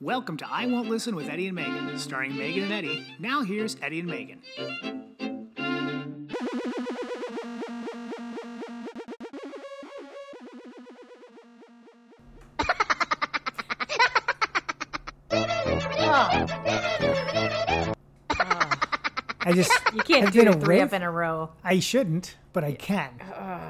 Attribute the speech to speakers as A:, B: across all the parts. A: Welcome to I Won't Listen with Eddie and Megan, starring Megan and Eddie. Now here's Eddie and Megan. I just
B: You can't
A: I
B: do
A: did a
B: three
A: riff.
B: up in a row.
A: I shouldn't, but I can.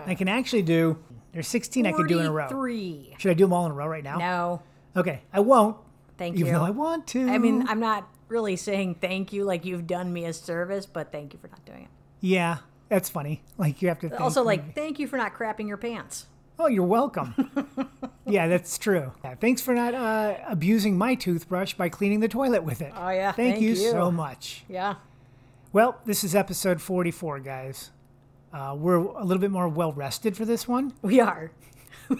A: I can actually do. There's 16 I can do in a row.
B: Three.
A: Should I do them all in a row right now?
B: No,
A: Okay, I won't,
B: thank
A: even
B: you.
A: though I want to.
B: I mean, I'm not really saying thank you like you've done me a service, but thank you for not doing it.
A: yeah, that's funny. Like you have to. Think.
B: Also, like thank you for not crapping your pants.
A: oh, you're welcome. yeah, that's true. Yeah, thanks for not uh, abusing my toothbrush by cleaning the toilet with it.
B: Oh, yeah,
A: Thank,
B: thank
A: you,
B: you.
A: so much.
B: Yeah.
A: Well, this is episode 44, guys. Uh, we're a little bit more well rested for this one.
B: We are.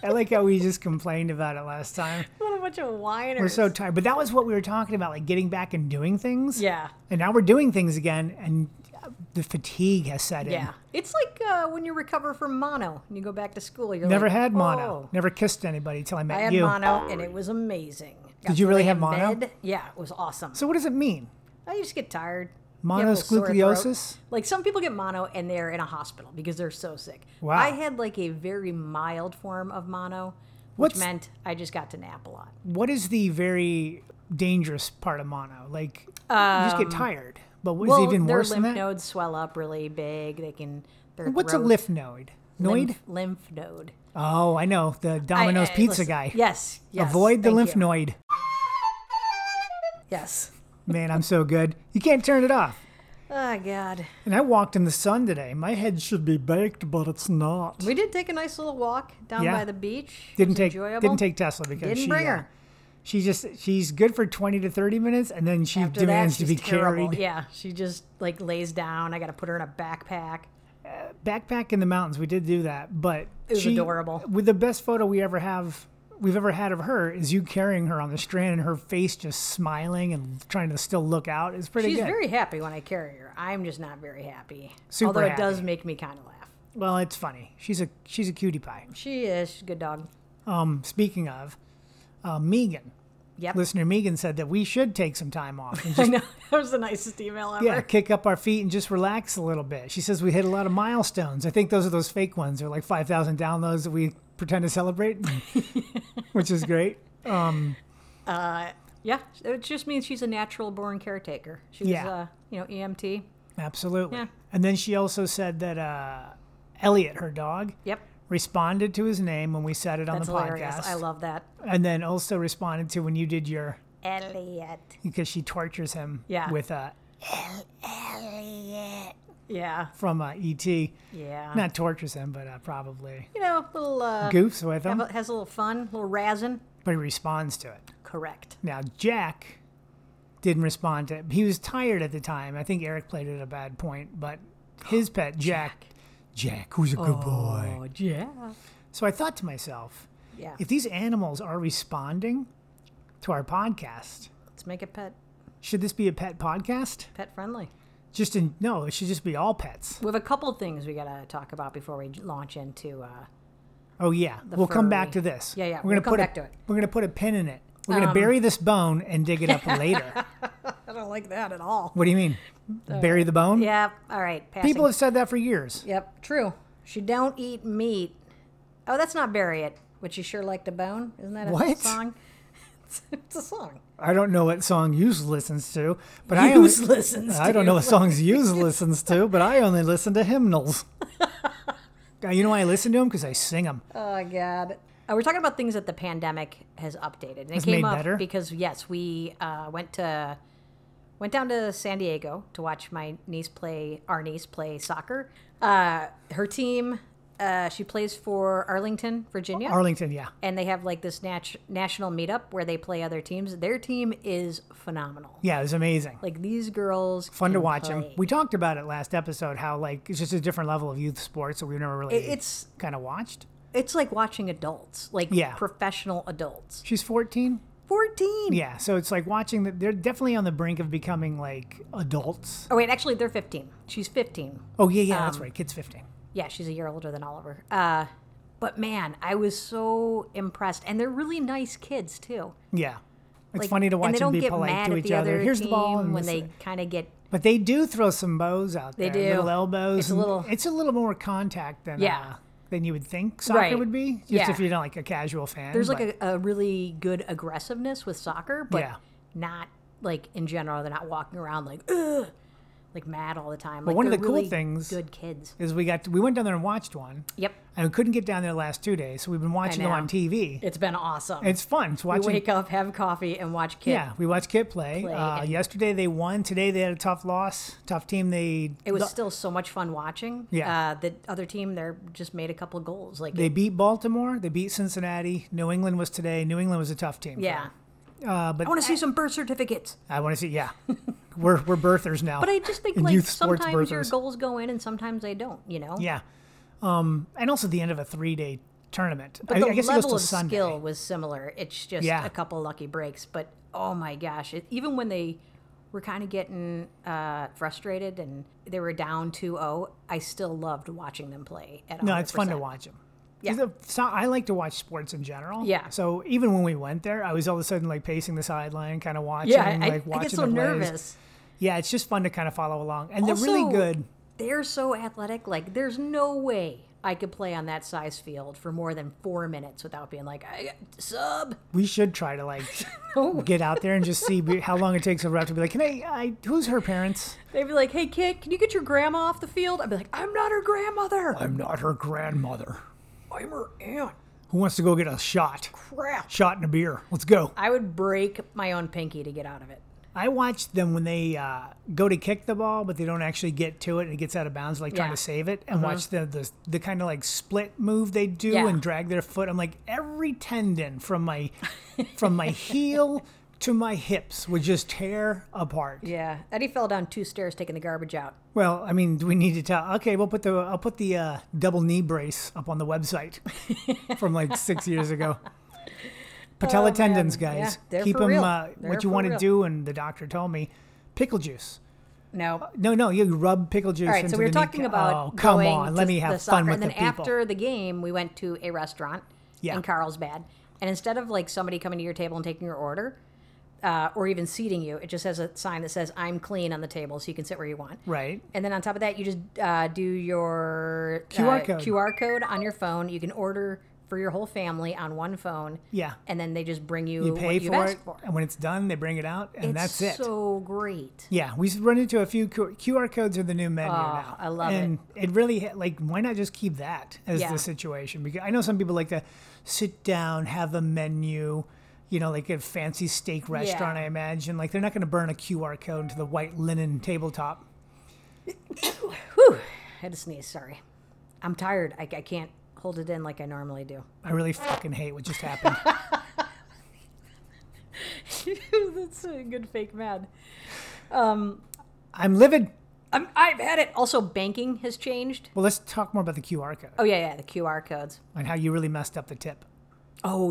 A: I like how we just complained about it last time.
B: What a bunch of whiners.
A: We're so tired, but that was what we were talking about, like getting back and doing things.
B: Yeah.
A: And now we're doing things again, and uh, the fatigue has set in.
B: Yeah. It's like uh, when you recover from mono and you go back to school. You're
A: Never
B: like,
A: had mono.
B: "Oh,
A: Never kissed anybody till I met
B: I had
A: you.
B: mono and it was amazing. Got
A: Did you really
B: to lay
A: have
B: in
A: mono?
B: bed. Yeah, it was awesome.
A: So what does it mean?
B: I just get tired. Get a little sore throat.
A: Monosclerosis?
B: Like some people get mono and they're in a hospital because they're so sick.
A: Wow.
B: I had like a very mild form of mono, which
A: What's-
B: meant I just got to nap a lot.
A: What is the very dangerous part of mono? Like you just get tired. But what is
B: Um, well,
A: even
B: their
A: worse than
B: lymph
A: that?
B: nodes swell up really big. They can. Their
A: What's a
B: throat-
A: lymph node? Noid?
B: Lymph, lymph node.
A: Oh, I know the
B: I-
A: Domino's
B: I-
A: pizza
B: listen,
A: guy.
B: Yes. yes
A: Avoid the
B: thank
A: lymph
B: you.
A: node.
B: Yes.
A: Man, I'm so good. You can't turn it off.
B: Oh God.
A: And I walked in the sun today. My head should be baked, but it's not.
B: We did take a nice little walk down
A: Yeah.
B: by the beach. It
A: didn't
B: was
A: take
B: enjoyable.
A: didn't take Tesla because
B: Didn't
A: she
B: bring
A: uh,
B: her.
A: she just she's good for 20 to 30 minutes and then she
B: After that,
A: demands
B: she's
A: to be
B: terrible.
A: carried.
B: Yeah, she just like lays down. I got to put her in a backpack.
A: Backpack in the mountains, we did do that, but it
B: was adorable.
A: With the best photo we ever have we've ever had of her is you carrying her on the strand and her face just smiling and trying to still look out. It's pretty
B: She's
A: good.
B: very happy when I carry her. I'm just not very happy.
A: Super
B: Although it does
A: happy.
B: make me kind of laugh.
A: well, it's funny. She's a she's a cutie pie.
B: She is. She's a good dog.
A: Um, speaking of, uh, Megan,
B: Yep.
A: listener Megan said that we should take some time off and
B: I
A: just
B: know. That was the nicest email ever.
A: yeah, kick up our feet and just relax a little bit. She says we hit a lot of milestones. I think those are those fake ones. They're like 5,000 downloads that we pretend to celebrate, which is great.
B: Yeah, It just means she's a natural born caretaker. She was,
A: Yeah.
B: uh, you know, EMT.
A: Absolutely.
B: Yeah.
A: And then she also said that uh, Elliot, her dog,
B: Yep.
A: responded to his name when we said it on
B: That's
A: the
B: hilarious.
A: podcast.
B: I love that.
A: and then also responded to when you did your,
B: Elliot.
A: because she tortures him
B: Yeah.
A: with uh,
B: Yeah.
A: from uh, E.T.
B: Yeah.
A: Not tortures him, but uh, probably
B: you know, little, uh,
A: goofs with him,
B: have a- has a little fun, a little razzing.
A: but he responds to it.
B: Correct.
A: Now Jack didn't respond to it. He was tired at the time. I think Eric played it at a bad point, but his pet Jack, Jack, who's a good boy.
B: Oh, yeah.
A: So I thought to myself,
B: Yeah.
A: if these animals are responding to our podcast,
B: Let's make it pet
A: should this be a pet podcast?
B: pet friendly.
A: Just in no, it should just be all pets.
B: We have a couple things we got to talk about before we j- launch into uh,
A: Oh yeah, we'll come back to
B: furry.
A: this.
B: Yeah, yeah,
A: We're gonna
B: we'll come
A: put a,
B: back to it. Um,
A: We're gonna put a pin in it. We're gonna bury this bone and dig it up later.
B: I don't like that at all.
A: What do you mean? bury the bone?
B: Yeah. All right. Passing.
A: People have said that for years.
B: Yep. True. She don't eat meat. Oh, that's not bury it. Would she sure like to bone? Isn't that a
A: What?
B: song? It's, it's a song.
A: I don't know what song Use listens to, but I only,
B: Use listens.
A: I don't know what songs Use listens to, but I only listen to hymnals. Uh, you know why I listen to them? Because I sing them.
B: Oh God. Uh, we're talking about things that the pandemic has updated, and it
A: made
B: came up
A: better?
B: because yes, we uh, went to went down to San Diego to watch my niece play our niece play soccer. Uh, her team, uh, she plays for Arlington, Virginia,
A: Arlington, yeah.
B: and they have like this nat- national meetup where they play other teams. Their team is phenomenal.
A: Yeah, it was amazing.
B: Like these girls,
A: Fun to
B: can
A: watch them.
B: play.
A: We talked about it last episode how, like, it's just a different level of youth sports that we've never really
B: It- it's
A: kind of watched.
B: it's like watching adults, like
A: Yeah.
B: professional adults.
A: She's 14.
B: Fourteen.
A: Yeah, so it's like watching that. They're definitely on the brink of becoming, like, adults.
B: Oh wait, actually they're fifteen. She's fifteen.
A: Oh, yeah, yeah,
B: Um,
A: that's right. Kid's 15.
B: yeah, she's a year older than Oliver. Uh, but man, I was so impressed, and they're really nice kids too.
A: Yeah. I It's funny to watch
B: and they
A: them
B: don't
A: be
B: get
A: polite
B: mad
A: to
B: at
A: each
B: the
A: other.
B: other
A: Here's the ball
B: team
A: and
B: when
A: this-
B: they kind of get
A: But they do throw some bows out
B: They
A: there.
B: do.
A: Little elbows.
B: It's a
A: and
B: little-
A: It's a little more contact than
B: Yeah.
A: uh, than you would think soccer
B: Right.
A: would be. Just
B: Yeah.
A: if you're not like a casual fan.
B: there's
A: but-
B: like a, a really good aggressiveness with soccer, but
A: Yeah.
B: not like in general. They're not walking around like Ugh, like mad all the time. Like,
A: one of
B: they're
A: the cool
B: really
A: things-
B: good kids.
A: is we got we went down there and watched one,
B: Yep,
A: and we couldn't get down there the last two days, so we've been watching them
B: know.
A: on TV.
B: it's been awesome.
A: It's fun. It's
B: You
A: watching.
B: wake up, have coffee, and watch kids.
A: yeah, we watched Kit play.
B: Play
A: uh,
B: and-
A: yesterday they won. Today they had a tough loss, tough team. They
B: It was still so much fun watching.
A: Yeah.
B: Uh, the other team there just made a couple goals. Like,
A: they beat Baltimore. They beat Cincinnati. New England was today. New England was a tough team. for
B: yeah.
A: them. Uh, but
B: I want to see some birth certificates.
A: I want to see. Yeah, we're we're birthers now.
B: But I just think
A: And
B: like
A: youth sports
B: sometimes your
A: birthers.
B: goals go in and sometimes they don't. You know.
A: Yeah. Um, and also the end of a three day tournament.
B: But
A: I,
B: the
A: I guess it goes
B: level
A: to
B: of
A: Sunday.
B: skill was similar. It's just
A: Yeah.
B: a couple lucky breaks. But oh my gosh, it, even when they were kind of getting uh, frustrated and they were down 2-0, I still loved watching them play. At
A: No, it's fun to
B: 100%.
A: watch them.
B: Yeah.
A: So I like to watch sports in general.
B: Yeah.
A: So even when we went there, I was all of a sudden like pacing the sideline, kind of watching,
B: Yeah, I,
A: like
B: I
A: watching
B: get so
A: the plays.
B: nervous.
A: Yeah, it's just fun to kind of follow along, and they're really
B: Also,
A: good.
B: They're so athletic. Like, there's no way I could play on that size field for more than four minutes without being like, I sub.
A: We should try to like get out there and just see be- how long it takes a ref to be like, "Can I? I who's her parents?
B: They'd be like, hey, kid, can you get your grandma off the field? I'd be like, I'm not her grandmother.
A: I'm not her grandmother.
B: I'm her aunt.
A: Who wants to go get a shot?
B: Crap.
A: Shot and a beer. Let's go."
B: I would break my own pinky to get out of it.
A: I watched them when they uh, go to kick the ball, but they don't actually get to it, and it gets out of bounds, like trying
B: Yeah. Uh-huh.
A: to save it. And watch the the, the kind of like split move they do
B: Yeah.
A: and drag their foot. I'm like, every tendon from my from my heel to my hips would just tear apart.
B: Yeah. Eddie fell down two stairs taking the garbage out.
A: Well, I mean, do we need to tell? Okay, we'll put the I'll put the uh, double knee brace up on the website from like six years ago. Patella tendons, guys.
B: Oh, Yeah, they're
A: Keep
B: for
A: them.
B: real.
A: Uh,
B: They're
A: what you
B: for
A: want to
B: real.
A: do, and the doctor told me, pickle juice.
B: No.
A: No, no, you rub pickle juice.
B: All right,
A: into
B: so we were
A: the
B: talking
A: kneeca-
B: about
A: Oh, come
B: going
A: on, let
B: to
A: me
B: the
A: have
B: soccer.
A: fun with
B: and then
A: the people.
B: after the game, we went to a restaurant
A: Yeah.
B: in Carlsbad, and instead of like somebody coming to your table and taking your order, uh, or even seating you, it just has a sign that says "I'm clean" on the table, so you can sit where you want.
A: right?
B: And then on top of that, you just uh, do your
A: QR
B: uh,
A: code.
B: QR code on your phone. You can order for your whole family on one phone.
A: Yeah,
B: And then they just bring you,
A: you
B: what
A: pay
B: you've
A: for
B: asked
A: it,
B: for.
A: and when it's done, they bring it out, and
B: It's
A: that's it.
B: so great.
A: yeah, we run into a few Q- QR codes are the new menu now.
B: I love it.
A: and it. really ha- like why not just keep that as
B: Yeah.
A: the situation? Because I know some people like to sit down, have a menu. You know, like a fancy steak restaurant, I imagine. Like they're not going to burn a QR code into the white linen tabletop.
B: Whew. I had to sneeze. Sorry. I'm tired. I, I can't hold it in like I normally do.
A: I really fucking hate what just happened.
B: That's a good fake mad.
A: I'm livid.
B: I'm, I've had it. Also, banking has changed.
A: Well, let's talk more about the QR code.
B: Oh, yeah, yeah, the QR codes.
A: and how you really messed up the tip.
B: Oh,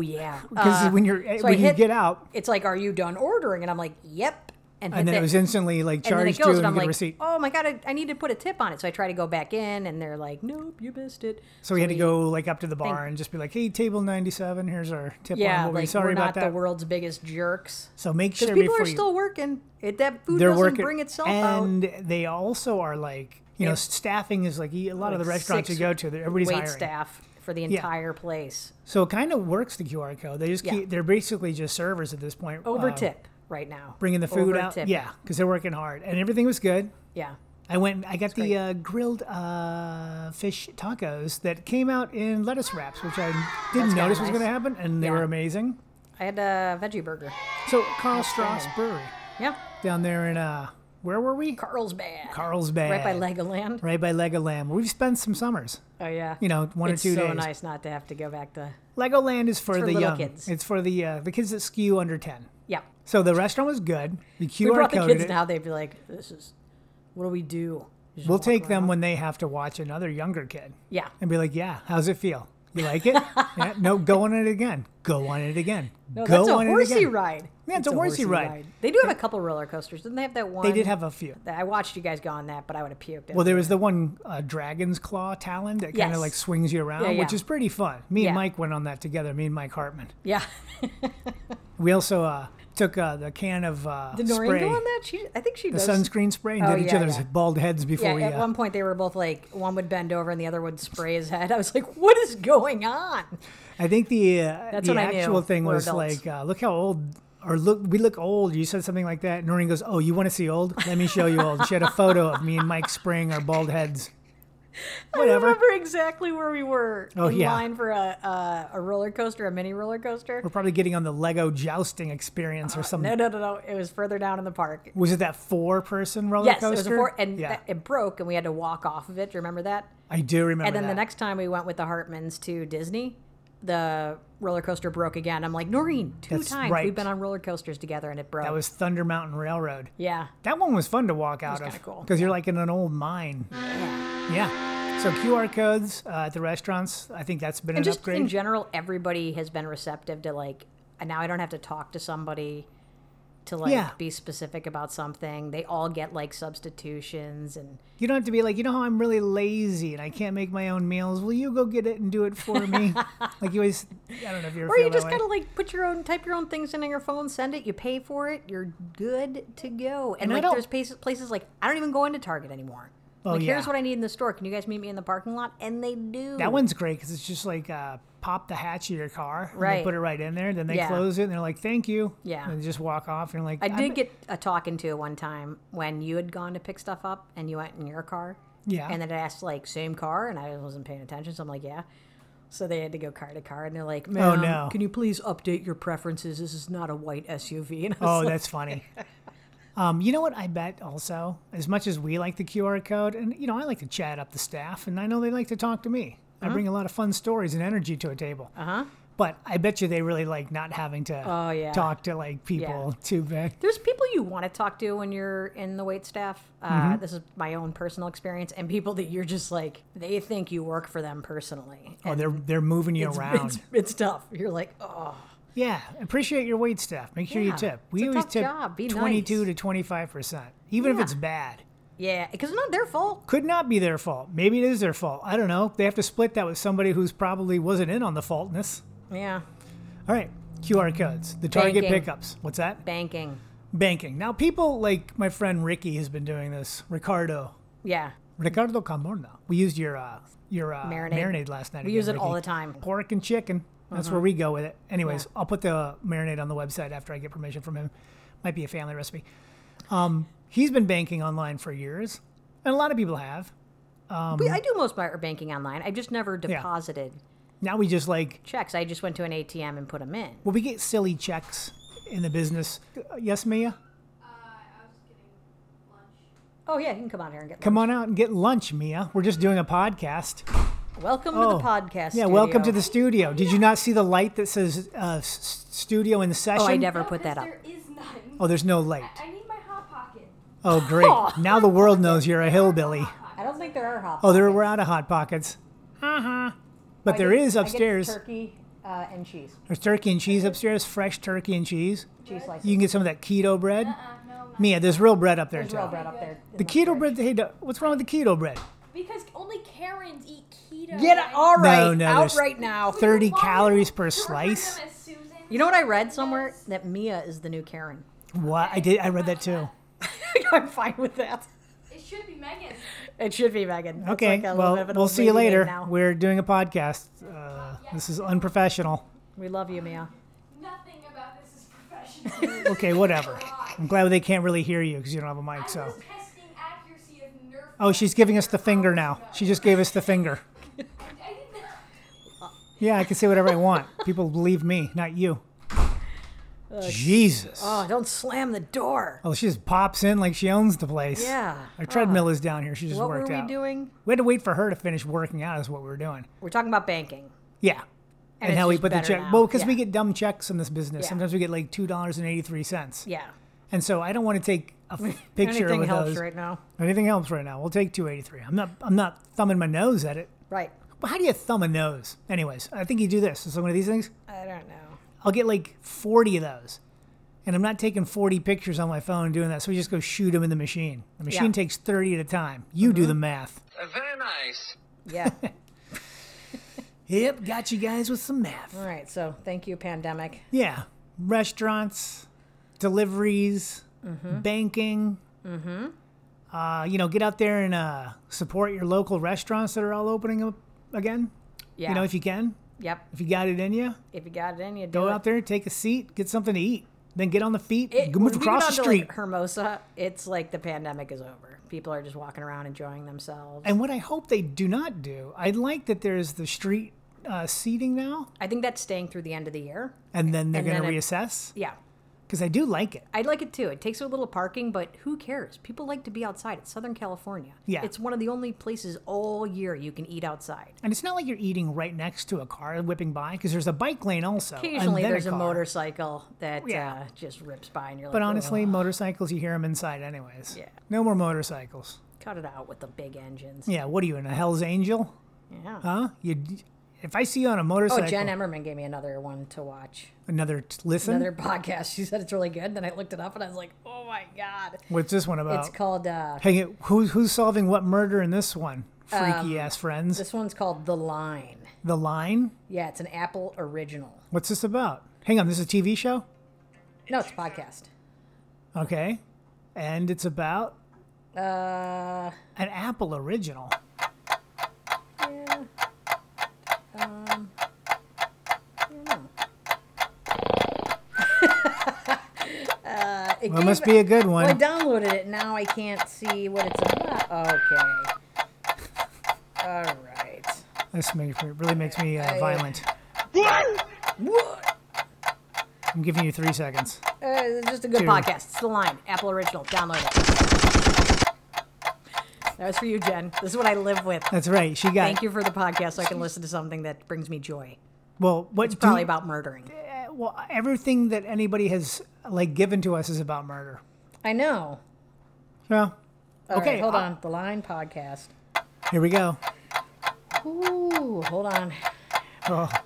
B: yeah. Uh,
A: Because when you're
B: I
A: when you
B: hit-
A: get out,
B: it's like, are you done ordering? And I'm like, yep. And, hit
A: and then it was instantly like
B: and then
A: charged
B: it
A: to
B: goes,
A: and
B: and
A: you
B: I'm
A: get a
B: like,
A: receipt.
B: oh my God, I, I need to put a tip on it. So I try to go back in, and they're like, nope, you missed it.
A: So we had to go like up to the bar and just be like, "Hey, table ninety-seven, here's our tip on
B: Yeah,
A: what we
B: like,
A: sorry
B: we're
A: about
B: not the
A: that."
B: world's biggest jerks.
A: so make
B: Because
A: sure
B: people
A: before
B: are still working. It, that
A: you,
B: food
A: they're
B: doesn't
A: working,
B: bring itself out.
A: and they also are like, you know, staffing is like e, a lot of the
B: Like
A: restaurants you
B: six
A: go to, they're- everybody's
B: wait
A: hiring.
B: staff for the entire place
A: So it kind of works the QR code. They just
B: Yeah.
A: keep, they're basically just servers at this point.
B: over
A: uh,
B: tip right now.
A: bringing the food
B: Over
A: out.
B: tip.
A: Yeah, because they're working hard, and everything was good.
B: yeah.
A: I went. I got
B: great.
A: the uh, grilled uh, fish tacos that came out in lettuce wraps, which I didn't
B: kinda
A: notice was
B: nice.
A: going to happen, and they
B: Yeah.
A: were amazing.
B: I had a veggie burger.
A: So Carl Strauss
B: Outstanding.
A: Brewery
B: Yeah,
A: down there in uh, where were we?
B: Carlsbad,
A: Carlsbad,
B: right by Legoland.
A: right by Legoland. where We've spent some summers.
B: Oh yeah,
A: You know, one
B: it's
A: or two
B: so
A: days.
B: nice not to have to go back to.
A: Legoland is for,
B: for
A: the
B: little
A: young.
B: kids.
A: It's for the uh, the kids that skew under ten.
B: Yeah,
A: So the restaurant was good. The QR
B: we brought the
A: coded
B: kids
A: it.
B: now. They'd be like, "This is what do we do?" Just
A: We'll
B: walk
A: take
B: around.
A: them when they have to watch another younger kid.
B: Yeah,
A: and be like, "Yeah, how's it feel? You like it? yeah, no, go on it again. Go on it again.
B: no,
A: go
B: that's a
A: on it
B: horsey
A: again."
B: ride.
A: Yeah, it's a horsey ride.
B: They do have a couple roller coasters. Didn't they have that one?
A: They did have a few.
B: That I watched you guys go on that, but I would have puked.
A: Well, there was the one uh, dragon's claw talon that kind
B: Yes.
A: of like swings you around,
B: Yeah, yeah.
A: which is pretty fun. Me
B: Yeah.
A: and Mike went on that together. Me and Mike Hartman.
B: yeah,
A: We also uh, took uh, the can of uh,
B: Did Noreen
A: spray,
B: go on that? She, I think she
A: the
B: does.
A: sunscreen spray, and
B: Oh,
A: did each
B: yeah,
A: other's
B: yeah.
A: bald heads before
B: yeah,
A: we.
B: at
A: uh,
B: one point they were both like one would bend over and the other would spray his head. I was like, what is going on?
A: I think the uh,
B: That's
A: the
B: what I knew.
A: actual thing
B: We're
A: was
B: adults.
A: like, uh, look how old. Or look, we look old. You said something like that. Noreen goes, "Oh, you want to see old? Let me show you old." She had a photo of me and Mike spraying our bald heads.
B: I
A: Whatever.
B: remember exactly where we were
A: Oh,
B: in
A: yeah.
B: line for a, a a roller coaster, a mini roller coaster.
A: We're probably getting on the Lego jousting experience or something.
B: Oh, No, no, no, no. It was further down in the park.
A: Was it that four-person roller
B: Yes, it
A: coaster?
B: was a four, and
A: yeah,
B: that- it broke, and we had to walk off of it. Do you remember that?
A: I do remember.
B: And then
A: that.
B: the next time we went with the Hartmans to Disney, the roller coaster broke again. I'm like, Noreen, two
A: That's
B: times
A: right.
B: we've been on roller coasters together, and it broke.
A: that was Thunder Mountain Railroad.
B: yeah.
A: That one was fun to walk out
B: was
A: of
B: kinda cool.
A: because you're like in an old mine.
B: yeah.
A: Yeah. So QR codes uh, at the restaurants. I think that's been
B: And
A: an
B: just
A: upgrade.
B: in general, everybody has been receptive to like. And now I don't have to talk to somebody to like
A: Yeah.
B: be specific about something. They all get like substitutions and
A: You don't have to be like, you know how I'm really lazy and I can't make my own meals. Will you go get it and do it for me? like you always, I don't know if you're.
B: or you just gotta like put your own type your own things in on your phone send it you pay for it you're good to go and,
A: And I
B: like
A: don't-
B: there's places, places like i don't even go into target anymore
A: Oh,
B: like here's
A: yeah.
B: what i need in the store can you guys meet me in the parking lot and they do
A: That one's great because it's just like uh, pop the hatch of your car. and they
B: Right.
A: put it right in there. Then they
B: Yeah.
A: close it and they're like, thank you.
B: Yeah.
A: And just walk off and you're like,
B: i
A: I'm-
B: did get a talking to one time when you had gone to pick stuff up and you went in your car
A: Yeah.
B: and then it asked like same car and i wasn't paying attention so i'm like yeah so they had to go car to car and they're like ma'am
A: Oh, no.
B: can you please update your preferences this is not a white suv and I was
A: Oh, that's funny. Um, you know what? I bet also, as much as we like the QR code, and you know, I like to chat up the staff, and I know they like to talk to me.
B: Uh-huh.
A: I bring a lot of fun stories and energy to a table. Uh huh. But I bet you they really like not having to
B: Oh, yeah.
A: talk to like people too bad.
B: there's people you want to talk to when you're in the wait staff. Uh,
A: Mm-hmm.
B: This is my own personal experience, and people that you're just like they think you work for them personally.
A: Oh,
B: And
A: they're they're moving you
B: it's,
A: around.
B: It's, it's tough. You're like, oh,
A: yeah, appreciate your wait staff. Make sure
B: Yeah,
A: you tip.
B: it's
A: We
B: a
A: always
B: tough
A: tip
B: job. Be nice.
A: twenty-two to twenty-five percent, even if
B: Yeah.
A: it's bad.
B: yeah, because it's not their fault.
A: Could not be their fault. Maybe it is their fault. I don't know. They have to split that with somebody who's probably wasn't in on the faultness.
B: Yeah,
A: All right, QR codes, the Target
B: Banking.
A: pickups. What's that?
B: banking.
A: Banking. Now, people like my friend Ricky has been doing this. Ricardo,
B: Yeah,
A: Ricardo Camorna. We used your uh, your uh,
B: Marinade.
A: marinade. last night.
B: we
A: again,
B: use it all the
A: Ricky.
B: time. Uh-huh.
A: Pork and chicken. That's where we go with it. Anyways, I'll put the marinade on the website after I get permission from him. Might be a family recipe. Um, he's been banking online for years, and a lot of people have. Um,
B: we, I do most of my banking online. I've just never deposited
A: Now we just like
B: checks. I just went to an ATM and put them in.
A: well, we get silly checks in the business. uh, Yes, Mia.
C: Uh,
B: Oh yeah, you can come out here and get.
A: Come on out and get lunch, Mia. We're just doing a podcast.
B: Welcome to
A: Oh.
B: the podcast.
A: Yeah, welcome to
B: studio.
A: the studio. Did you not see the light that says uh, s- studio in session?
B: Oh, I never
C: No,
B: put
C: 'cause
B: that up.
C: There is none.
A: Oh, there's no light.
C: I need my hot pocket.
A: Oh, great. Now the world knows you're a hillbilly.
B: I don't think there are hot.
A: Oh, there we're out of hot pockets. Uh huh.
B: Uh-huh.
A: But there is upstairs.
B: turkey uh, and cheese.
A: There's turkey and cheese upstairs. Fresh turkey and cheese.
B: Cheese slices.
A: You can get some of that keto bread.
C: Uh, no, not.
A: Mia, there's real bread up there
B: There's
A: too.
B: real bread up there.
A: The keto bread. Hey, do- what's wrong with the keto bread?
C: Because only Karens eat keto.
B: Get it
C: right?
B: all right
A: no,
B: out
A: there's-
B: right now.
C: Would you
A: 30
C: want
A: calories per
C: to refer to
A: slice?
C: them as Susan?
B: You know what I read somewhere that Mia is the new Karen.
A: What? I did. I read that too.
B: I'm fine with that.
C: Uh, It should be Megan.
B: It should be Megan. It's
A: Okay.
B: like a little
A: well,
B: bit of an
A: we'll
B: old
A: see you
B: lady name
A: later.
B: now.
A: We're doing a podcast. Uh, this is unprofessional.
B: We love you, Mia.
C: Nothing about this is professional.
A: Okay, whatever. I'm glad they can't really hear you because you don't have a
C: I
A: mic. So.
C: was testing accuracy of Nerf.
A: Oh, she's giving us the finger now. She just gave us the finger.
C: I didn't know.
A: Yeah, I can say whatever I want. People believe me, not you. Jesus.
B: Oh, don't slam the door.
A: Oh, she just pops in like she owns the place.
B: Yeah. Oh.
A: Our treadmill is down here. She just
B: What were
A: worked
B: we
A: out.
B: doing?
A: We had to wait for her to finish working out. Is what we were doing.
B: We're talking about banking.
A: Yeah. And,
B: it's
A: how we
B: just
A: put the
B: better
A: check.
B: now.
A: Well, because we
B: Yeah.
A: get dumb checks in this business.
B: Yeah.
A: Sometimes we get like two dollars and eighty three cents.
B: Yeah.
A: And so I don't want to take a f- picture
B: Anything
A: with
B: helps
A: those.
B: right now.
A: Anything helps right now. We'll take 283. I'm not I'm not thumbing my nose at it.
B: Right.
A: Well, how do you thumb a nose? Anyways, I think you do this. So some of these things,
B: I don't know.
A: I'll get like 40 of those. And I'm not taking 40 pictures on my phone doing that. So we just go shoot them in the machine. The machine
B: Yeah. Mm-hmm.
A: takes 30 at a time. You do the math.
D: Very nice.
B: Yeah.
A: Yep, got you guys with some math.
B: All right. So thank you, pandemic.
A: Yeah. Restaurants, deliveries,
B: Mm-hmm.
A: banking. Uh, you know, get out there and uh, support your local restaurants that are all opening up again.
B: Yeah.
A: You know, if you can,
B: yep.
A: if you got it in you,
B: If you got it in, you do
A: go
B: it.
A: out there, take a seat, get something to eat, then get on the feet,
B: It-
A: go move
B: when we
A: across
B: get
A: the
B: onto, like,
A: street.
B: Hermosa, it's like the pandemic is over. People are just walking around enjoying themselves.
A: and what I hope they do not do, I like that there's the street uh, seating now,
B: I think that's staying through the end of the year.
A: and then they're
B: And
A: going to
B: then it-
A: reassess
B: Yeah.
A: because I do like it.
B: I'd like it too. It takes a little parking, but who cares? People like to be outside. It's Southern California.
A: Yeah.
B: It's one of the only places all year you can eat outside.
A: And it's not like you're eating right next to a car whipping by because there's a bike lane also. Oh, and
B: Occasionally
A: then
B: there's a,
A: car.
B: motorcycle that
A: Yeah.
B: uh, just rips by and you're
A: But
B: like,
A: honestly,
B: "Ugh,
A: motorcycles, you hear them inside anyways.
B: Yeah.
A: No more motorcycles.
B: cut it out with the big engines.
A: Yeah, what are you, in a Hell's Angel?
B: Yeah.
A: Huh? You, if I see you on a
B: oh,
A: motorcycle,
B: Jen Emmerman gave me another one to watch.
A: another t- listen.
B: Another podcast. She said it's really good. Then I looked it up and I was like, oh my God.
A: What's this one about?
B: It's called, uh,
A: Hang it, who, who's solving what murder in this one? Freaky ass friends.
B: Um, this one's called The Line.
A: the Line.
B: Yeah, it's an Apple original.
A: What's this about? Hang on, this is a TV show.
B: No, it's a podcast.
A: Okay, and it's about
B: Uh,
A: an Apple original.
B: yeah. Um, I don't know. uh, it
A: Well, it must
B: gave-
A: be a good
B: Well, I
A: one.
B: downloaded it. Now I can't see what it's about. Okay. All right.
A: This makes me, really makes me uh,
B: I-
A: violent.
B: What?
A: I'm giving you three seconds.
B: Uh, it's just a good
A: Two.
B: podcast. It's the line. Apple original. Download it. That was for you, Jen. This is what I live with.
A: That's right. She got.
B: Thank you for the podcast. So I can listen to something that brings me joy.
A: Well, what
B: It's
A: do-
B: probably about murdering.
A: well everything that anybody has like given to us is about murder.
B: I know.
A: So,
B: All
A: okay,
B: right, hold
A: uh,
B: on. The Line podcast.
A: Here we go.
B: Ooh, hold on.
A: Oh.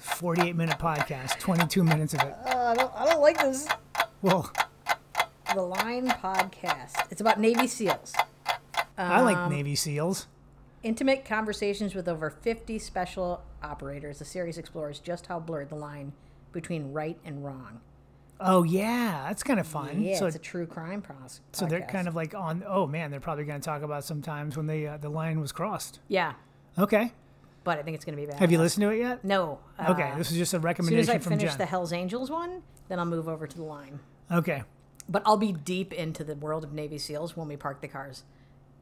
A: 48 minute podcast, 22 minutes of it.
B: Uh, I don't. I don't like this.
A: Well,
B: The Line podcast. It's about Navy SEALs.
A: I
B: Um,
A: like Navy SEALs.
B: Intimate conversations with over 50 special operators. The series explores just how blurred the line between right and wrong.
A: Oh, yeah, that's kind of fun.
B: Yeah,
A: so,
B: it's a true crime pos- podcast.
A: so they're kind of like on, oh man, they're probably going to talk about sometimes when they, uh, the line was crossed.
B: yeah,
A: Okay.
B: but I think it's gonna be bad.
A: Have you listened to it yet?
B: No. Uh,
A: Okay. This is just a
B: Uh-huh. as soon
A: recommendation
B: as I
A: from
B: finish
A: Jen.
B: the Hell's Angels one, then I'll move over to the Line.
A: okay.
B: But I'll be deep into the world of Navy SEALs when we park the cars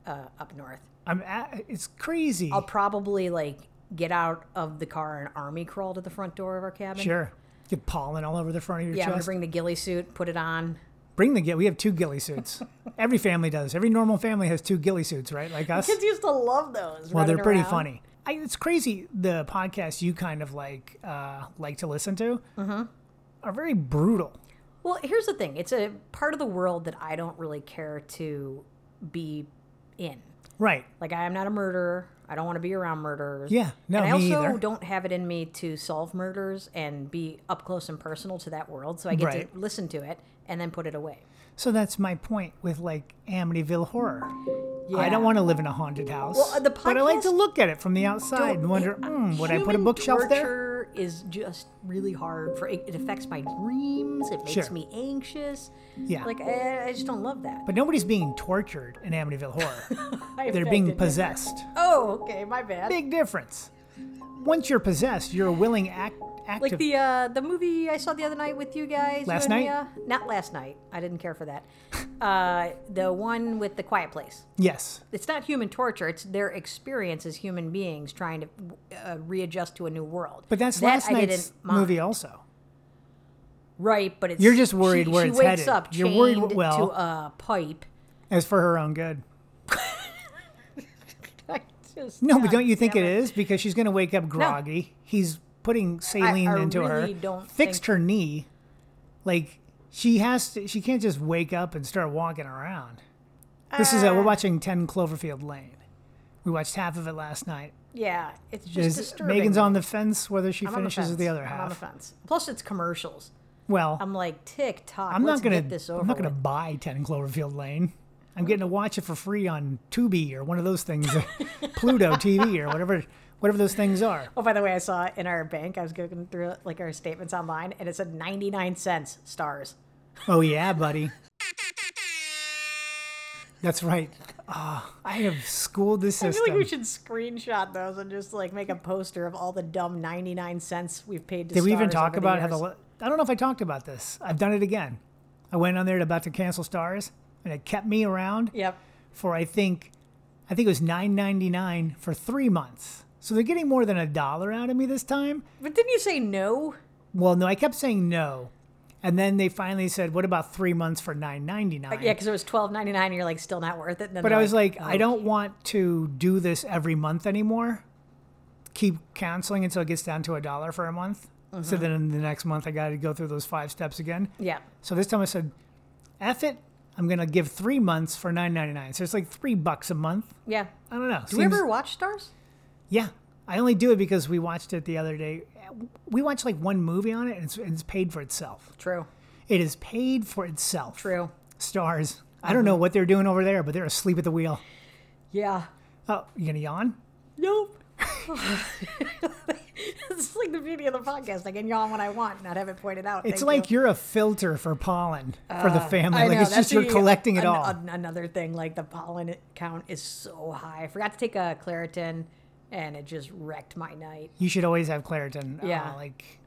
B: uh, up north.
A: I'm at, it's crazy.
B: I'll probably like get out of the car and army crawl to the front door of our cabin.
A: sure. Get pollen all over the front of your
B: Yeah, I'm gonna
A: chest.
B: bring the ghillie suit, put it on.
A: Bring the ghillie. We have two ghillie suits. Every family does. Every normal family has two ghillie suits, right? Like us.
B: Kids used to love those.
A: Well, they're
B: running
A: pretty
B: around.
A: funny. I, it's crazy. The podcasts you kind of like uh, like to listen to
B: Mm-hmm.
A: are very brutal.
B: Well, here's the thing: it's a part of the world that I don't really care to be in.
A: Right.
B: Like, I am not a murderer. I don't want to be around murderers.
A: Yeah, no,
B: and I
A: me
B: also
A: either.
B: don't have it in me to solve murders and be up close and personal to that world. So I get
A: Right.
B: to listen to it and then put it away.
A: So that's my point with like Amityville horror.
B: Yeah.
A: I don't want to live in a haunted house.
B: Well, uh, the
A: but I like to
B: podcast-
A: look at it from the outside and wonder, mm, would I put a bookshelf there?
B: Torture is just really hard for it, it affects my dreams. It makes
A: Sure.
B: me anxious.
A: Yeah.
B: Like I, I just don't love that.
A: but nobody's being tortured in Amityville horror.
B: I
A: They're
B: beg
A: being
B: to
A: possessed.
B: differ. Oh, okay, my bad.
A: Big difference. Once you're possessed, you're a willing act active.
B: like the uh, the movie I saw the other night with you guys.
A: Last
B: you and
A: night?
B: Mia. Not last night. I didn't care for that. uh, the one with the Quiet Place.
A: yes.
B: It's not human torture. It's their experience as human beings trying to uh, readjust to a new world.
A: But that's
B: That
A: last
B: I
A: night's
B: didn't mind.
A: movie also.
B: right? But it's
A: You're just worried
B: she,
A: where
B: she
A: it's
B: wakes
A: headed.
B: up
A: You're worried
B: chained
A: wh- well-
B: to a pipe.
A: As for her own good.
B: I just
A: No, but
B: God
A: don't you think
B: damn
A: it is? Because she's going to wake up groggy. He's putting saline
B: I
A: into
B: really
A: her.
B: don't
A: fixed
B: think-
A: her knee. Like she has to. She can't just wake up and start walking around. This is a,
B: Uh.
A: we're watching Ten Cloverfield Lane. We watched half of it last night.
B: Yeah, it's just
A: There's-
B: disturbing.
A: Megan's on the fence whether she
B: I'm on
A: finishes
B: fence.
A: the other
B: I'm on the
A: half.
B: fence. Plus, it's commercials.
A: well,
B: I'm like tick tock.
A: I'm
B: let's
A: not gonna.
B: get this over.
A: I'm not gonna
B: with.
A: buy Ten Cloverfield Lane. I'm getting to watch it for free on Tubi or one of those things, Pluto TV or whatever whatever those things are.
B: Oh, by the way, I saw in our bank, I was going through like our statements online, and it said 99 cents stars.
A: Oh yeah, buddy. That's right. Ah, I have schooled the
B: I feel
A: system.
B: like we should screenshot those and just like make a poster of all the dumb 99 cents we've paid to
A: Did we even
B: stars
A: talk
B: over
A: about how the?
B: years.
A: li- I don't know if I talked about this. I've done it again. I went on there to about to cancel stars, and it kept me around
B: Yep.
A: for I think, I think it was nine ninety nine for three months. So they're getting more than a dollar out of me this time.
B: But didn't you say no?
A: Well, no, I kept saying no, and then they finally said, "What about three months for nine ninety nine?
B: Yeah, because it was 12.99 and you're like still not worth it. And then
A: But
B: they're
A: I was like, I
B: oh.
A: don't want to do this every month anymore. Keep canceling until it gets down to a dollar for a month.
B: Uh-huh.
A: So then in the next month, I got to go through those five steps again.
B: Yeah.
A: So this time I said, F it. I'm going to give three months for nine ninety nine. So it's like three bucks a month.
B: Yeah.
A: I don't know.
B: Do we ever watch stars?
A: Yeah. I only do it because we watched it the other day. We watched like one movie on it and it's, it's paid for itself.
B: True.
A: It is paid for itself.
B: True. Uh-huh.
A: Stars. I don't know what they're doing over there, but they're asleep at the wheel.
B: Yeah.
A: Oh, you going to yawn?
B: Nope. it's like the beauty of the podcast. I can yawn when I want, not have it pointed out.
A: It's
B: Thank
A: like
B: you. Uh,
A: are a filter for pollen for the family.
B: I
A: like
B: know,
A: it's
B: that's
A: just you're
B: the-
A: collecting it
B: an-
A: all.
B: an- another thing, like the pollen count is so high. I forgot to take a Claritin, and it just wrecked my night.
A: you should always have Claritin,
B: Yeah. Uh,
A: uh, like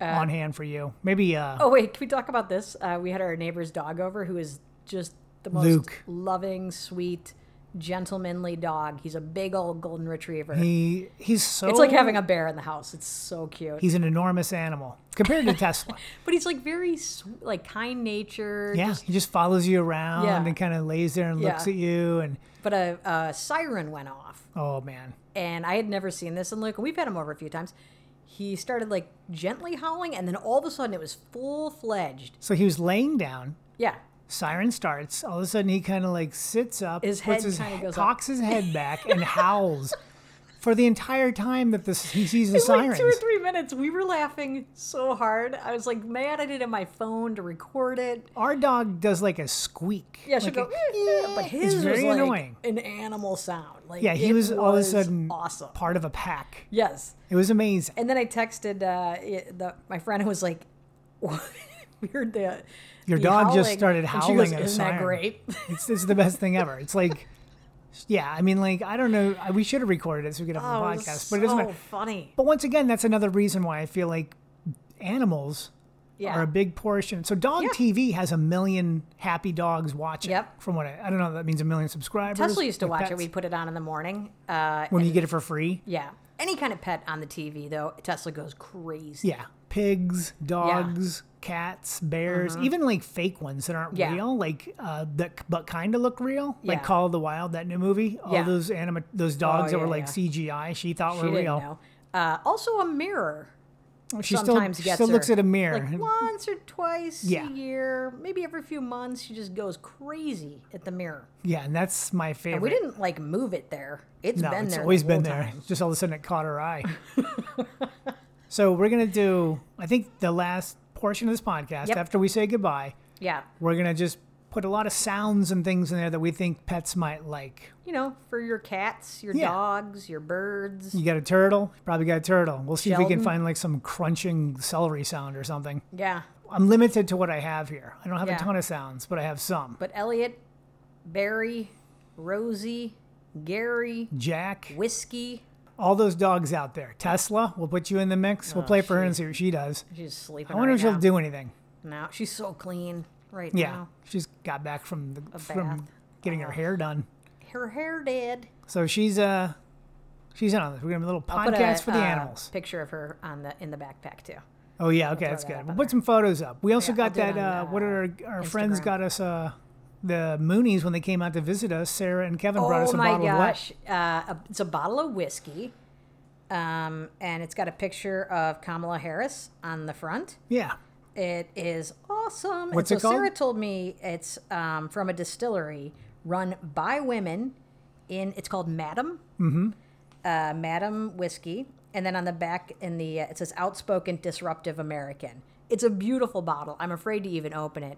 A: on hand for you. Maybe uh,
B: Oh wait, can we talk about this? Uh, we had our neighbor's dog over, who is just the most
A: Luke.
B: loving, sweet, gentlemanly dog. He's a big old golden retriever.
A: he he's so
B: it's like having a bear in the house. It's so cute.
A: he's an enormous animal compared to Tesla.
B: but he's like very sw- like kind natured.
A: yeah, he just follows you around
B: Yeah.
A: and kind of lays there and looks
B: Yeah.
A: at you and
B: But a, a siren went off,
A: oh man,
B: and I had never seen this in Luke. And we've had him over a few times. He started like gently howling, and then all of a sudden it was full fledged.
A: so he was laying down.
B: Yeah,
A: Siren starts. All of a sudden, he kind of like sits up,
B: His
A: puts
B: head kinda goes up.
A: cocks his head back, and howls for the entire time that this he sees the
B: It was
A: sirens.
B: like two or three minutes. We were laughing so hard. I was like mad I didn't have my phone to record it.
A: Our dog does like a squeak.
B: Yeah, she'll
A: Like
B: go.
A: a-
B: "Eh, eh," But his
A: it's
B: was
A: very
B: like
A: annoying.
B: an animal sound. Like
A: Yeah, he
B: it
A: was all of a sudden
B: awesome.
A: part of a pack.
B: Yes.
A: It was amazing.
B: And then I texted uh, it- the, my friend who was like, "We heard the
A: Your
B: the
A: dog just
B: howling,"
A: started
B: and she goes,
A: howling at a
B: Isn't that
A: siren."
B: great?
A: It's, it's the best thing ever. It's like, yeah, I mean, like I don't know. I- We should have recorded it so we could have
B: Oh,
A: a
B: it was
A: podcast,
B: so
A: but it doesn't matter.
B: funny.
A: But once again, that's another reason why I feel like animals
B: Yeah.
A: are a big portion. So dog
B: Yeah.
A: TV has a million happy dogs watching.
B: Yep.
A: From what I, I don't know, that means a million subscribers.
B: Tesla used to
A: with
B: watch it.
A: pets.
B: We put it on in the morning. Uh,
A: when you get it for free.
B: yeah. Any kind of pet on the TV though, Tesla goes crazy.
A: Yeah. Pigs, dogs, cats, bears, even like fake ones that aren't
B: Mm-hmm. Yeah.
A: real, like uh, that c- but kind of look real, like
B: Yeah.
A: Call of the Wild, that new movie. All
B: Yeah. Oh,
A: those anima- those dogs that
B: yeah,
A: were like
B: yeah.
A: CGI, she thought
B: She
A: were
B: didn't
A: real.
B: know. Uh, also, a mirror.
A: She
B: sometimes
A: still,
B: gets
A: still
B: her.
A: looks at a mirror.
B: Like
A: and-
B: once or twice
A: Yeah.
B: a year, maybe every few months, she just goes crazy at the mirror.
A: yeah, and that's my favorite.
B: And we didn't like move it there. It's
A: no,
B: been
A: it's
B: there.
A: always
B: the
A: been
B: whole
A: there.
B: time.
A: It's Just all of a sudden it caught her eye. so we're gonna do. I think the last portion of this podcast
B: Yep.
A: after we say goodbye,
B: Yeah.
A: we're gonna just put a lot of sounds and things in there that we think pets might like.
B: You know, for your cats, your
A: Yeah. Mm.
B: dogs, your birds.
A: You got a turtle? Probably got a turtle. We'll see if we can
B: Sheldon?
A: find like some crunching celery sound or something.
B: Yeah.
A: I'm limited to what I have here. I don't have
B: Yeah.
A: a ton of sounds, but I have some.
B: But Elliot, Barry, Rosie, Gary,
A: Jack,
B: Whiskey.
A: all those dogs out there. Tesla, we'll put you in the mix. We'll play for her and see what she does.
B: She's sleeping.
A: I wonder
B: Oh, right
A: if she'll
B: now.
A: do anything.
B: now. She's so clean right
A: Yeah,
B: now.
A: she's got back from the,
B: bath. Oh.
A: from getting her hair done.
B: Her hair dead.
A: So she's uh she's in on this. We're gonna have a little
B: Put a,
A: podcast for the
B: uh,
A: animals.
B: Picture of her on the in the backpack too.
A: Oh yeah, okay, that's
B: that up
A: good.
B: on
A: We'll put some photos up. We also
B: Yeah,
A: got
B: I'll do it
A: that.
B: on,
A: uh, what are our, our friends
B: Instagram.
A: got us? Uh, the Moonies when they came out to visit us. Sarah and Kevin brought us a bottle of what?
B: Oh Uh, a- it's a bottle of whiskey, um, and it's got a picture of Kamala Harris on the front.
A: Yeah,
B: It is awesome. And
A: What's it
B: so
A: called?
B: Sarah told me it's um, from a distillery run by women. In it's called Madam. Mm-hmm. Uh, Madam whiskey, and then on the back in the uh, it says "Outspoken, Disruptive American." It's a beautiful bottle. I'm afraid to even open it,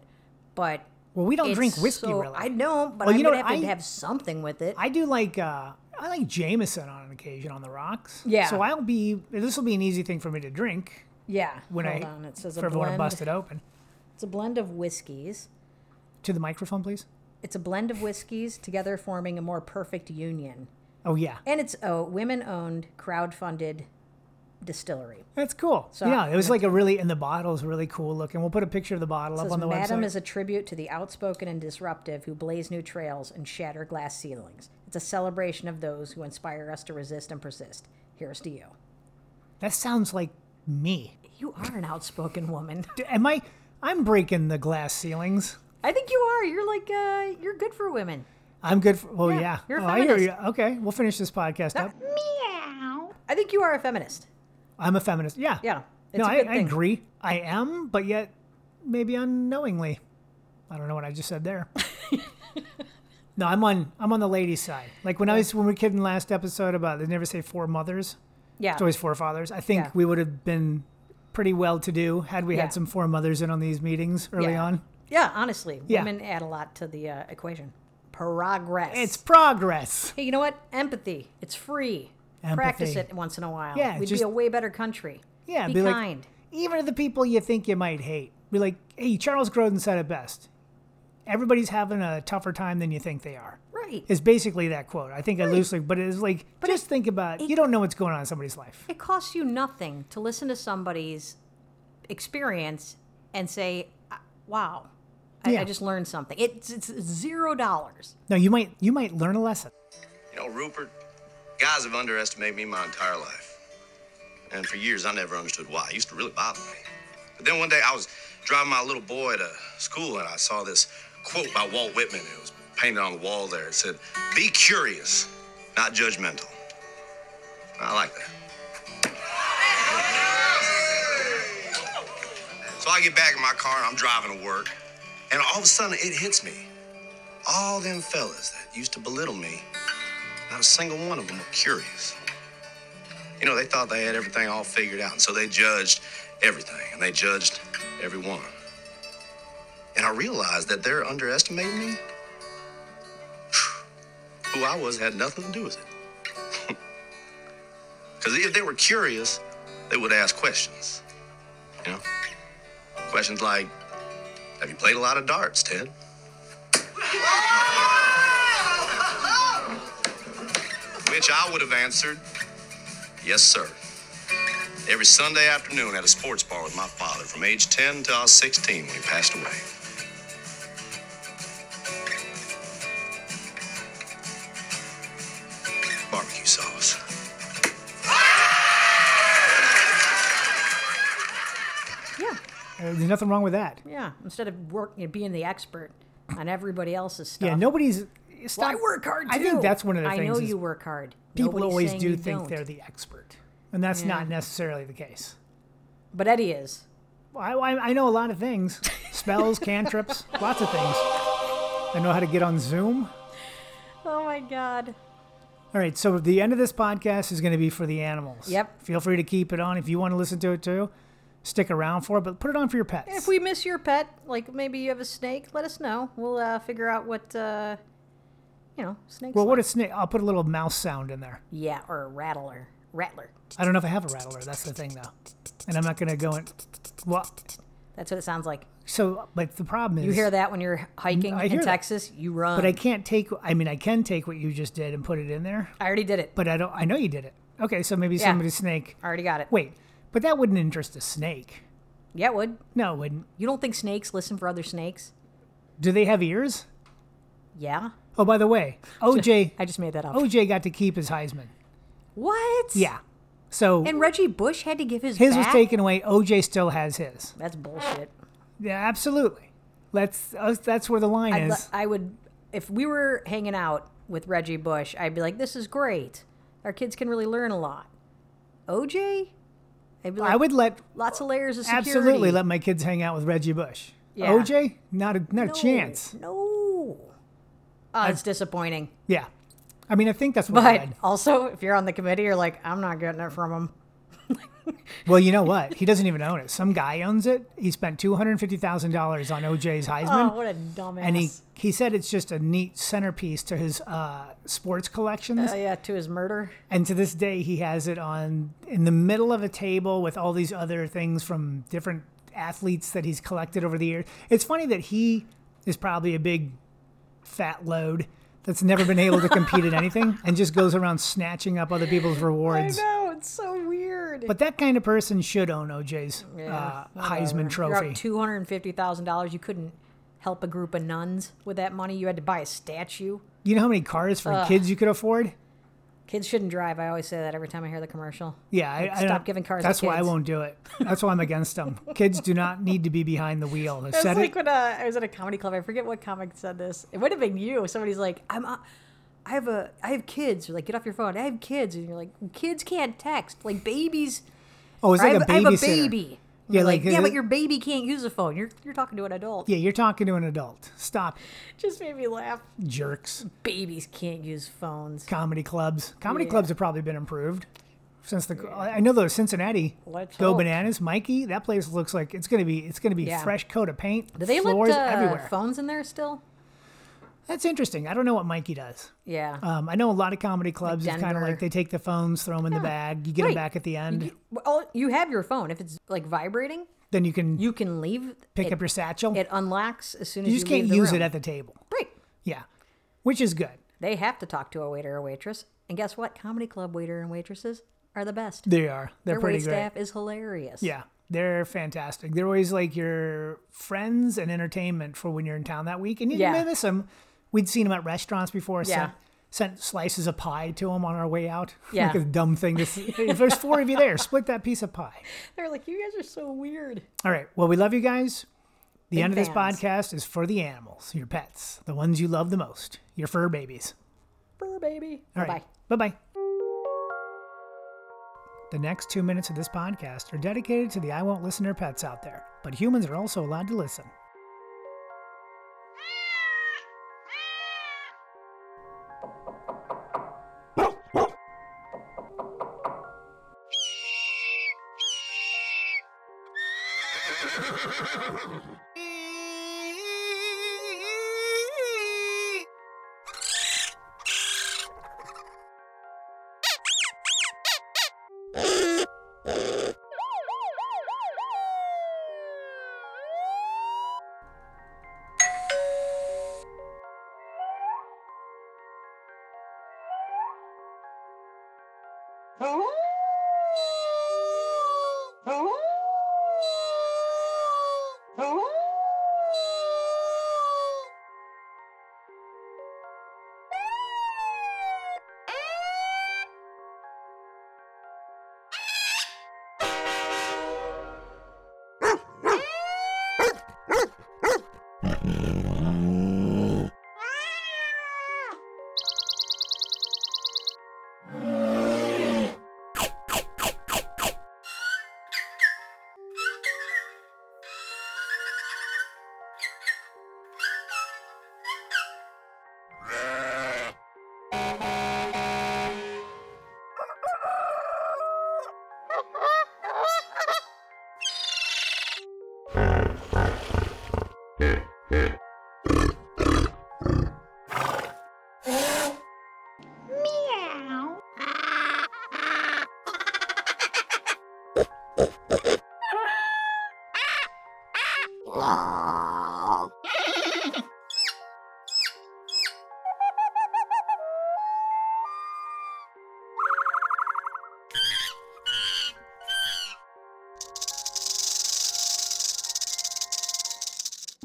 B: but
A: Well, we don't drink
B: It's
A: whiskey
B: so-
A: really.
B: I know, but
A: Well,
B: I'm
A: you know
B: gonna have
A: what,
B: to
A: I-
B: have something with it.
A: I do like uh, I like Jameson on occasion on the rocks.
B: Yeah.
A: So I'll be this will be an easy thing for me to drink
B: yeah.
A: when
B: Hold
A: I
B: on, it says a
A: for everyone to
B: blend.
A: bust it open.
B: It's a blend of whiskeys.
A: To the microphone, please.
B: It's a blend of whiskeys together forming a more perfect union.
A: Oh yeah,
B: And it's a women-owned, crowd-funded distillery.
A: that's cool.
B: So
A: yeah,
B: I'm
A: it was
B: gonna
A: like a really and the bottle is really cool looking. We'll put a picture of the bottle
B: It
A: up
B: says,
A: on the
B: Madam
A: website.
B: is a tribute to the outspoken and disruptive who blaze new trails and shatter glass ceilings. It's a celebration of those who inspire us to resist and persist. Here's to you.
A: that sounds like me.
B: You are an outspoken woman.
A: D- Am I? I'm breaking the glass ceilings.
B: I think you are. You're like, uh, you're good for women.
A: I'm good for. Well,
B: Yeah,
A: yeah.
B: you're a
A: oh, I hear you.
B: feminist.
A: Okay, we'll finish this podcast up.
B: I think you are a feminist.
A: I'm a feminist. Yeah.
B: Yeah. It's
A: no,
B: a
A: I,
B: good
A: I
B: thing.
A: agree. I am, but yet maybe unknowingly. I don't know what I just said there. no, I'm on I'm on the ladies' side. Like when I was when we were kidding last episode about they never say four mothers,
B: Yeah.
A: it's always four fathers. I think
B: Yeah.
A: we would have been pretty well to do had we
B: Yeah.
A: had some four mothers in on these meetings early
B: Yeah.
A: on.
B: Yeah, honestly,
A: Yeah.
B: women add a lot to the uh, equation. Progress.
A: It's progress.
B: hey, you know what? Empathy. It's free. Practice
A: Empathy.
B: it once in a while.
A: Yeah,
B: we'd
A: just-
B: be a way better country.
A: Yeah,
B: be,
A: be like-
B: kind.
A: Even to the people you think you might hate. Be like, hey, Charles Grodin said it best. Everybody's having a tougher time than you think they are.
B: right.
A: is basically that quote. I think I loosely, but it's like just think about you don't know what's going on in somebody's life.
B: It costs you nothing to listen to somebody's experience and say, "Uh, "Wow, I, I
A: Yeah.
B: just learned something." It's it's zero dollars.
A: No, you might you might learn a lesson.
D: You know, Rupert, guys have underestimated me my entire life. And for years, I never understood why. It used to really bother me. But then one day, I was driving my little boy to school, and I saw this quote by Walt Whitman. It was painted on the wall there. It said, Be curious, not judgmental. I like that. So I get back in my car, and I'm driving to work, and all of a sudden, it hits me. All them fellas that used to belittle me not a single one of them were curious. You know, they thought they had everything all figured out, and so they judged everything, and they judged everyone. And I realized that they're underestimating me. Who I was had nothing to do with it. Because if they were curious, they would ask questions. You know? Questions like Have you played a lot of darts, Ted? Which I would have answered, yes, sir. Every Sunday afternoon at a sports bar with my father from age 10 till I was 16 when he passed away. Barbecue sauce.
B: Yeah,
A: Uh, There's nothing wrong with that.
B: yeah. Instead of work, you know, being the expert on everybody else's stuff.
A: Yeah, nobody's.
B: Well,
A: Stop.
B: I work hard too.
A: I think that's one of the
B: I
A: things
B: know
A: is
B: you work hard.
A: People
B: Nobody's
A: always
B: saying
A: do
B: you
A: think
B: don't.
A: they're the expert, and that's
B: Yeah.
A: not necessarily the case.
B: But Eddie is.
A: I, I, I know a lot of things: spells, cantrips, lots of things. I know how to get on Zoom.
B: Oh my god.
A: All right, so the end of this podcast is going to be for the animals.
B: Yep.
A: Feel free to keep it on if you want to listen to it too. Stick around for it, but put it on for your pets.
B: If we miss your pet, like maybe you have a snake, let us know. We'll uh, figure out what uh, you know snakes.
A: Well,
B: like.
A: what a snake! I'll put a little mouse sound in there.
B: Yeah, or a rattler, rattler.
A: I don't know if I have a rattler. That's the thing, though. And I'm not gonna go in. Well,
B: That's what it sounds like.
A: so but the problem is
B: You hear that when you're hiking
A: I
B: in
A: hear that.
B: Texas, you run.
A: But I can't take. I mean, I can take what you just did and put it in there.
B: I already did it.
A: But I don't. I know you did it. Okay, so maybe
B: Yeah.
A: somebody's snake.
B: I already got it.
A: Wait, but that wouldn't interest a snake.
B: Yeah, it would.
A: No, it wouldn't.
B: You don't think snakes listen for other snakes?
A: Do they have ears?
B: Yeah.
A: Oh, by the way, OJ.
B: I just made that up.
A: OJ got to keep his Heisman.
B: what?
A: Oh, Yeah. So
B: And Reggie Bush had to give his
A: his was
B: back?
A: taken away. OJ still has his.
B: That's bullshit.
A: Yeah, absolutely. Let's. us- That's where the line
B: I'd
A: is.
B: le- I would, if we were hanging out with Reggie Bush, I'd be like, "This is great. Our kids can really learn a lot." OJ, I'd be like,
A: I would let
B: lots of layers of security.
A: absolutely let my kids hang out with Reggie Bush.
B: Yeah.
A: OJ, not a not
B: No,
A: a chance.
B: No. Oh, it's disappointing.
A: Yeah, I mean, I think that's what. I
B: But
A: had.
B: also, if you're on the committee, you're like, I'm not getting it from him.
A: Well, you know what? He doesn't even own it. Some guy owns it. He spent two hundred fifty thousand dollars on OJ's
B: oh,
A: Heisman,
B: what a dumbass.
A: and he he said it's just a neat centerpiece to his uh, sports collections.
B: Oh, yeah, to his murder.
A: And to this day, he has it on in the middle of a table with all these other things from different athletes that he's collected over the years. It's funny that he is probably a big fat load that's never been able to compete at anything and just goes around snatching up other people's rewards.
B: know, it's so weird.
A: But that kind of person should own OJ's
B: Yeah,
A: uh, Heisman
B: You're up
A: Trophy.
B: two hundred and fifty thousand dollars. You couldn't help a group of nuns with that money. You had to buy a statue.
A: you know how many cars for kids you could afford?
B: Kids shouldn't drive. I always say that every time I hear the commercial.
A: Yeah, I, I
B: stop
A: don't-
B: giving cars to
A: That's why I
B: kids.
A: won't do it. That's why I'm against them. kids do not need to be behind the wheel. I
B: It's
A: said
B: like
A: it.
B: when uh, I was at a comedy club. I forget what comic said this. It would have been you. Somebody's like, "I'm, uh, I have a, I have kids." You're like, "Get off your phone." I have kids, and you're like, "Kids can't text. Like babies.
A: Oh, it's like
B: I, have,
A: a
B: I have a
A: babysitter.
B: baby."
A: Yeah,
B: Yeah, like,
A: like,
B: yeah,
A: uh,
B: but your baby can't use a phone. You're you're talking to an adult.
A: Yeah, you're talking to an adult. Stop,
B: Just made me laugh.
A: it, jerks.
B: Babies can't use phones.
A: Comedy clubs. Comedy
B: Yeah.
A: clubs have probably been improved since the. I know those Cincinnati
B: Let's
A: go
B: hope.
A: bananas, Mikey. That place looks like it's gonna be. It's gonna be
B: Yeah.
A: fresh coat of paint.
B: Do they
A: floors
B: let uh,
A: everywhere.
B: phones in there still?
A: That's interesting. I don't know what Mikey does.
B: Yeah.
A: Um, I know a lot of comedy clubs. it's kind of
B: Denver.
A: like they take the phones, throw them in the
B: Yeah.
A: bag. You get
B: Right.
A: them back at the end.
B: You- well, you have your phone. If it's like vibrating,
A: then you can
B: you can leave.
A: pick
B: it,
A: up your satchel.
B: It unlocks as soon as
A: you
B: you
A: just can't
B: leave the
A: use
B: room.
A: it at the table.
B: right.
A: Yeah, which is good.
B: They have to talk to a waiter or waitress. And guess what? Comedy club waiter and waitresses are the best.
A: They are. They're
B: Their
A: pretty
B: wait
A: great.
B: staff is hilarious.
A: Yeah, they're fantastic. They're always like your friends and entertainment for when you're in town that week, and you
B: Yeah.
A: may miss them. We'd seen them at restaurants before.
B: Yeah.
A: Sent, sent slices of pie to them on our way out.
B: Yeah.
A: like a dumb thing to see. if there's four of you there, split that piece of pie.
B: They're like, you guys are so weird.
A: All right. Well, we love you guys. The
B: Big
A: end of this
B: fans.
A: podcast is for the animals, your pets, the ones you love the most, your fur babies.
B: Brr, baby.
A: All
B: Bye.
A: right. Bye bye. The next two minutes of this podcast are dedicated to the I Won't Listen to Pets out there, but humans are also allowed to listen.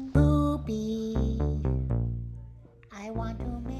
E: Booby, I want to make.